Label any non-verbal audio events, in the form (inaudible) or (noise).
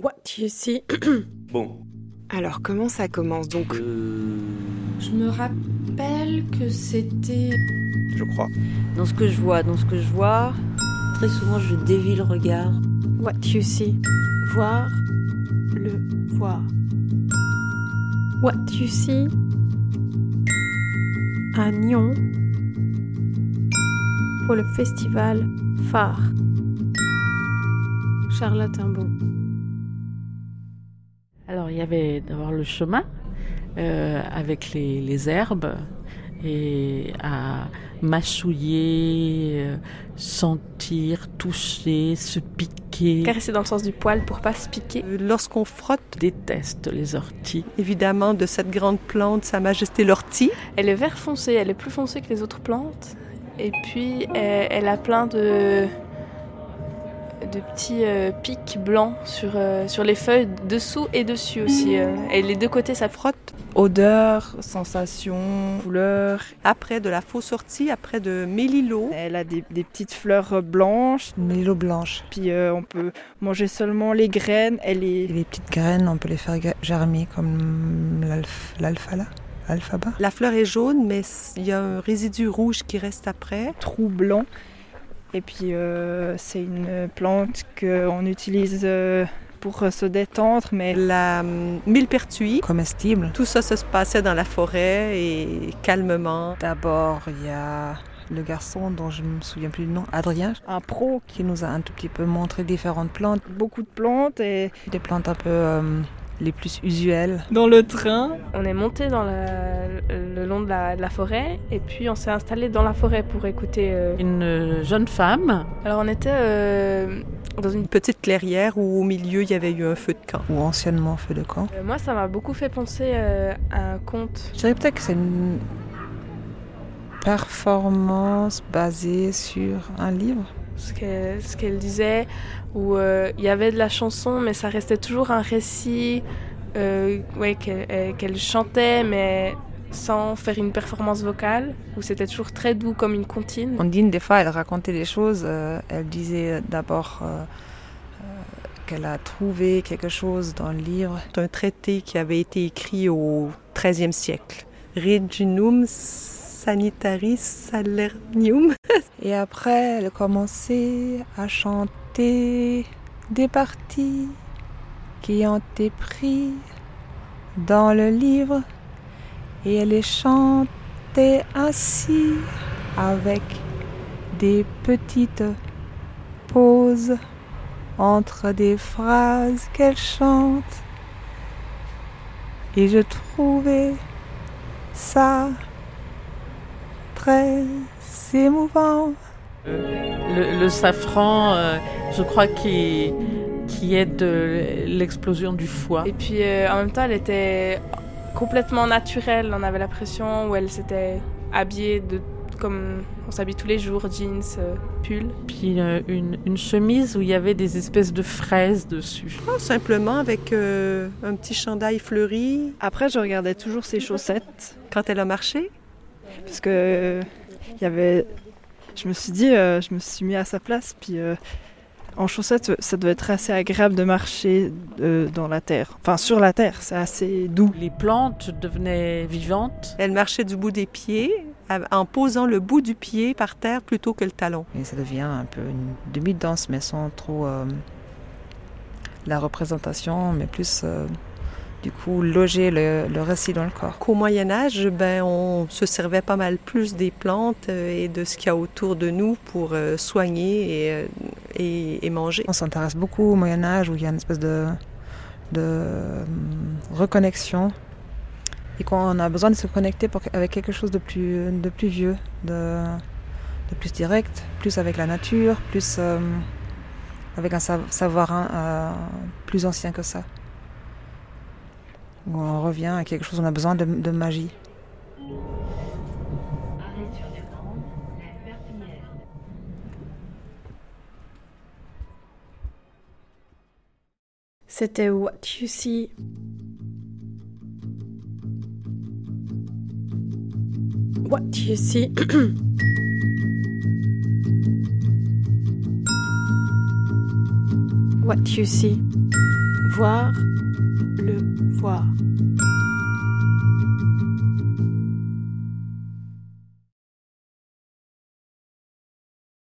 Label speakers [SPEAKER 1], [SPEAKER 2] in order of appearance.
[SPEAKER 1] What you see
[SPEAKER 2] Bon.
[SPEAKER 3] Alors comment ça commence donc
[SPEAKER 4] Euh, Je me rappelle que c'était.
[SPEAKER 2] Je crois.
[SPEAKER 5] Dans ce que je vois, dans ce que je vois, très souvent je dévie le regard.
[SPEAKER 1] What you see Voir le voir. What you see à Nyon pour le festival phare. Charlotte Imbaud.
[SPEAKER 6] Alors il y avait d'abord le chemin euh, avec les, les herbes et à mâchouiller, euh, sentir, toucher, se piquer.
[SPEAKER 1] Caresser dans le sens du poil pour pas se piquer.
[SPEAKER 7] Euh, Lorsqu'on frotte,
[SPEAKER 6] Je déteste les orties.
[SPEAKER 7] évidemment, de cette grande plante, Sa Majesté l'ortie,
[SPEAKER 4] Elle est vert foncé, elle est plus foncée que les autres plantes. Et puis elle, elle a plein de de petits euh, pics blancs sur, euh, sur les feuilles dessous et dessus aussi. euh. Et les deux côtés, ça frotte.
[SPEAKER 7] frotte
[SPEAKER 8] Odeur, sensation, couleur.
[SPEAKER 7] après de la fausse ortie, après de Mélilo.
[SPEAKER 8] Elle a des, des petites fleurs blanches.
[SPEAKER 9] Mélilo blanche.
[SPEAKER 8] Puis euh, on peut manger seulement les graines. Elle
[SPEAKER 9] Et
[SPEAKER 8] est
[SPEAKER 9] les petites graines, on peut les faire ga- germer comme l'alf- l'alphala, alphaba.
[SPEAKER 7] La fleur est jaune, mais s- il y a un résidu rouge qui reste après.
[SPEAKER 8] trou blanc. Et puis euh, c'est une plante qu'on utilise euh, pour euh, se détendre, mais
[SPEAKER 7] La hum, millepertuis.
[SPEAKER 9] Comestible.
[SPEAKER 7] Tout ça, ça se passait dans la forêt et calmement.
[SPEAKER 9] D'abord, il y a le garçon dont je me souviens plus du nom, Adrien,
[SPEAKER 8] un pro,
[SPEAKER 9] qui nous a un tout petit peu montré différentes plantes,
[SPEAKER 8] beaucoup de plantes. Et
[SPEAKER 9] des plantes un peu euh, les plus usuelles.
[SPEAKER 8] dans le train,
[SPEAKER 4] On est monté dans la- le long de la, de la forêt et puis on s'est installé dans la forêt pour écouter. euh.
[SPEAKER 6] Une euh, jeune femme
[SPEAKER 4] Alors on était euh, dans une
[SPEAKER 7] Une petite clairière où au milieu, il y avait eu un feu de camp.
[SPEAKER 9] ou anciennement feu de camp.
[SPEAKER 4] Euh, Moi, ça m'a beaucoup fait penser euh, à un conte.
[SPEAKER 9] Je dirais peut-être que c'est une performance basée sur un livre.
[SPEAKER 4] ce qu'elle, ce qu'elle disait, où euh, il y avait de la chanson, mais ça restait toujours un récit euh, ouais, qu'elle, euh, qu'elle chantait, mais sans faire une performance vocale, où c'était toujours très doux comme une comptine.
[SPEAKER 9] Ondine, des fois, elle racontait des choses. euh, elle disait d'abord euh, euh, qu'elle a trouvé quelque chose dans le livre.
[SPEAKER 7] C'est un traité qui avait été écrit au XIIIe siècle. Reginum sanitaris salernium.
[SPEAKER 9] Et après, elle commençait à chanter des parties qui ont été prises dans le livre. Et elle les chantait ainsi, avec des petites pauses entre des phrases qu'elle chante. Et je trouvais ça très émouvant.
[SPEAKER 6] Le, le safran, euh, je crois, qui, qui aide euh, l'explosion du foie.
[SPEAKER 4] Et puis euh, en même temps, elle était complètement naturelle, on avait l'impression, où elle s'était habillée de, comme on s'habille tous les jours, jeans, euh, pull.
[SPEAKER 6] Et puis euh, une, une chemise où il y avait des espèces de fraises dessus.
[SPEAKER 7] Oh, Simplement avec euh, un petit chandail fleuri.
[SPEAKER 8] après je regardais toujours ses chaussettes.
[SPEAKER 7] Quand elle a marché,
[SPEAKER 8] parce que euh, il y avait je me suis dit euh, je me suis mis à sa place puis euh, en chaussettes ça doit être assez agréable de marcher euh, dans la terre enfin sur la terre c'est assez doux
[SPEAKER 6] Les plantes devenaient vivantes.
[SPEAKER 7] elle marchait du bout des pieds à- en posant le bout du pied par terre plutôt que le talon.
[SPEAKER 9] Et ça devient un peu une demi-danse, mais sans trop euh, la représentation, mais plus euh, du coup loger le, le récit dans le corps.
[SPEAKER 7] Qu'au Moyen Âge, ben, on se servait pas mal plus des plantes euh, et de ce qu'il y a autour de nous pour euh, soigner et, euh, et- et manger.
[SPEAKER 9] On s'intéresse beaucoup au Moyen Âge où il y a une espèce de, de euh, reconnexion et qu'on a besoin de se connecter pour- avec quelque chose de plus, de plus vieux, de, de plus direct, plus avec la nature, plus euh, avec un sa- savoir hein, euh, plus ancien que ça. Où on revient à quelque chose, on a besoin de- de magie.
[SPEAKER 1] C'était What You See. What You See. (clears throat) What You See. voir, le voir.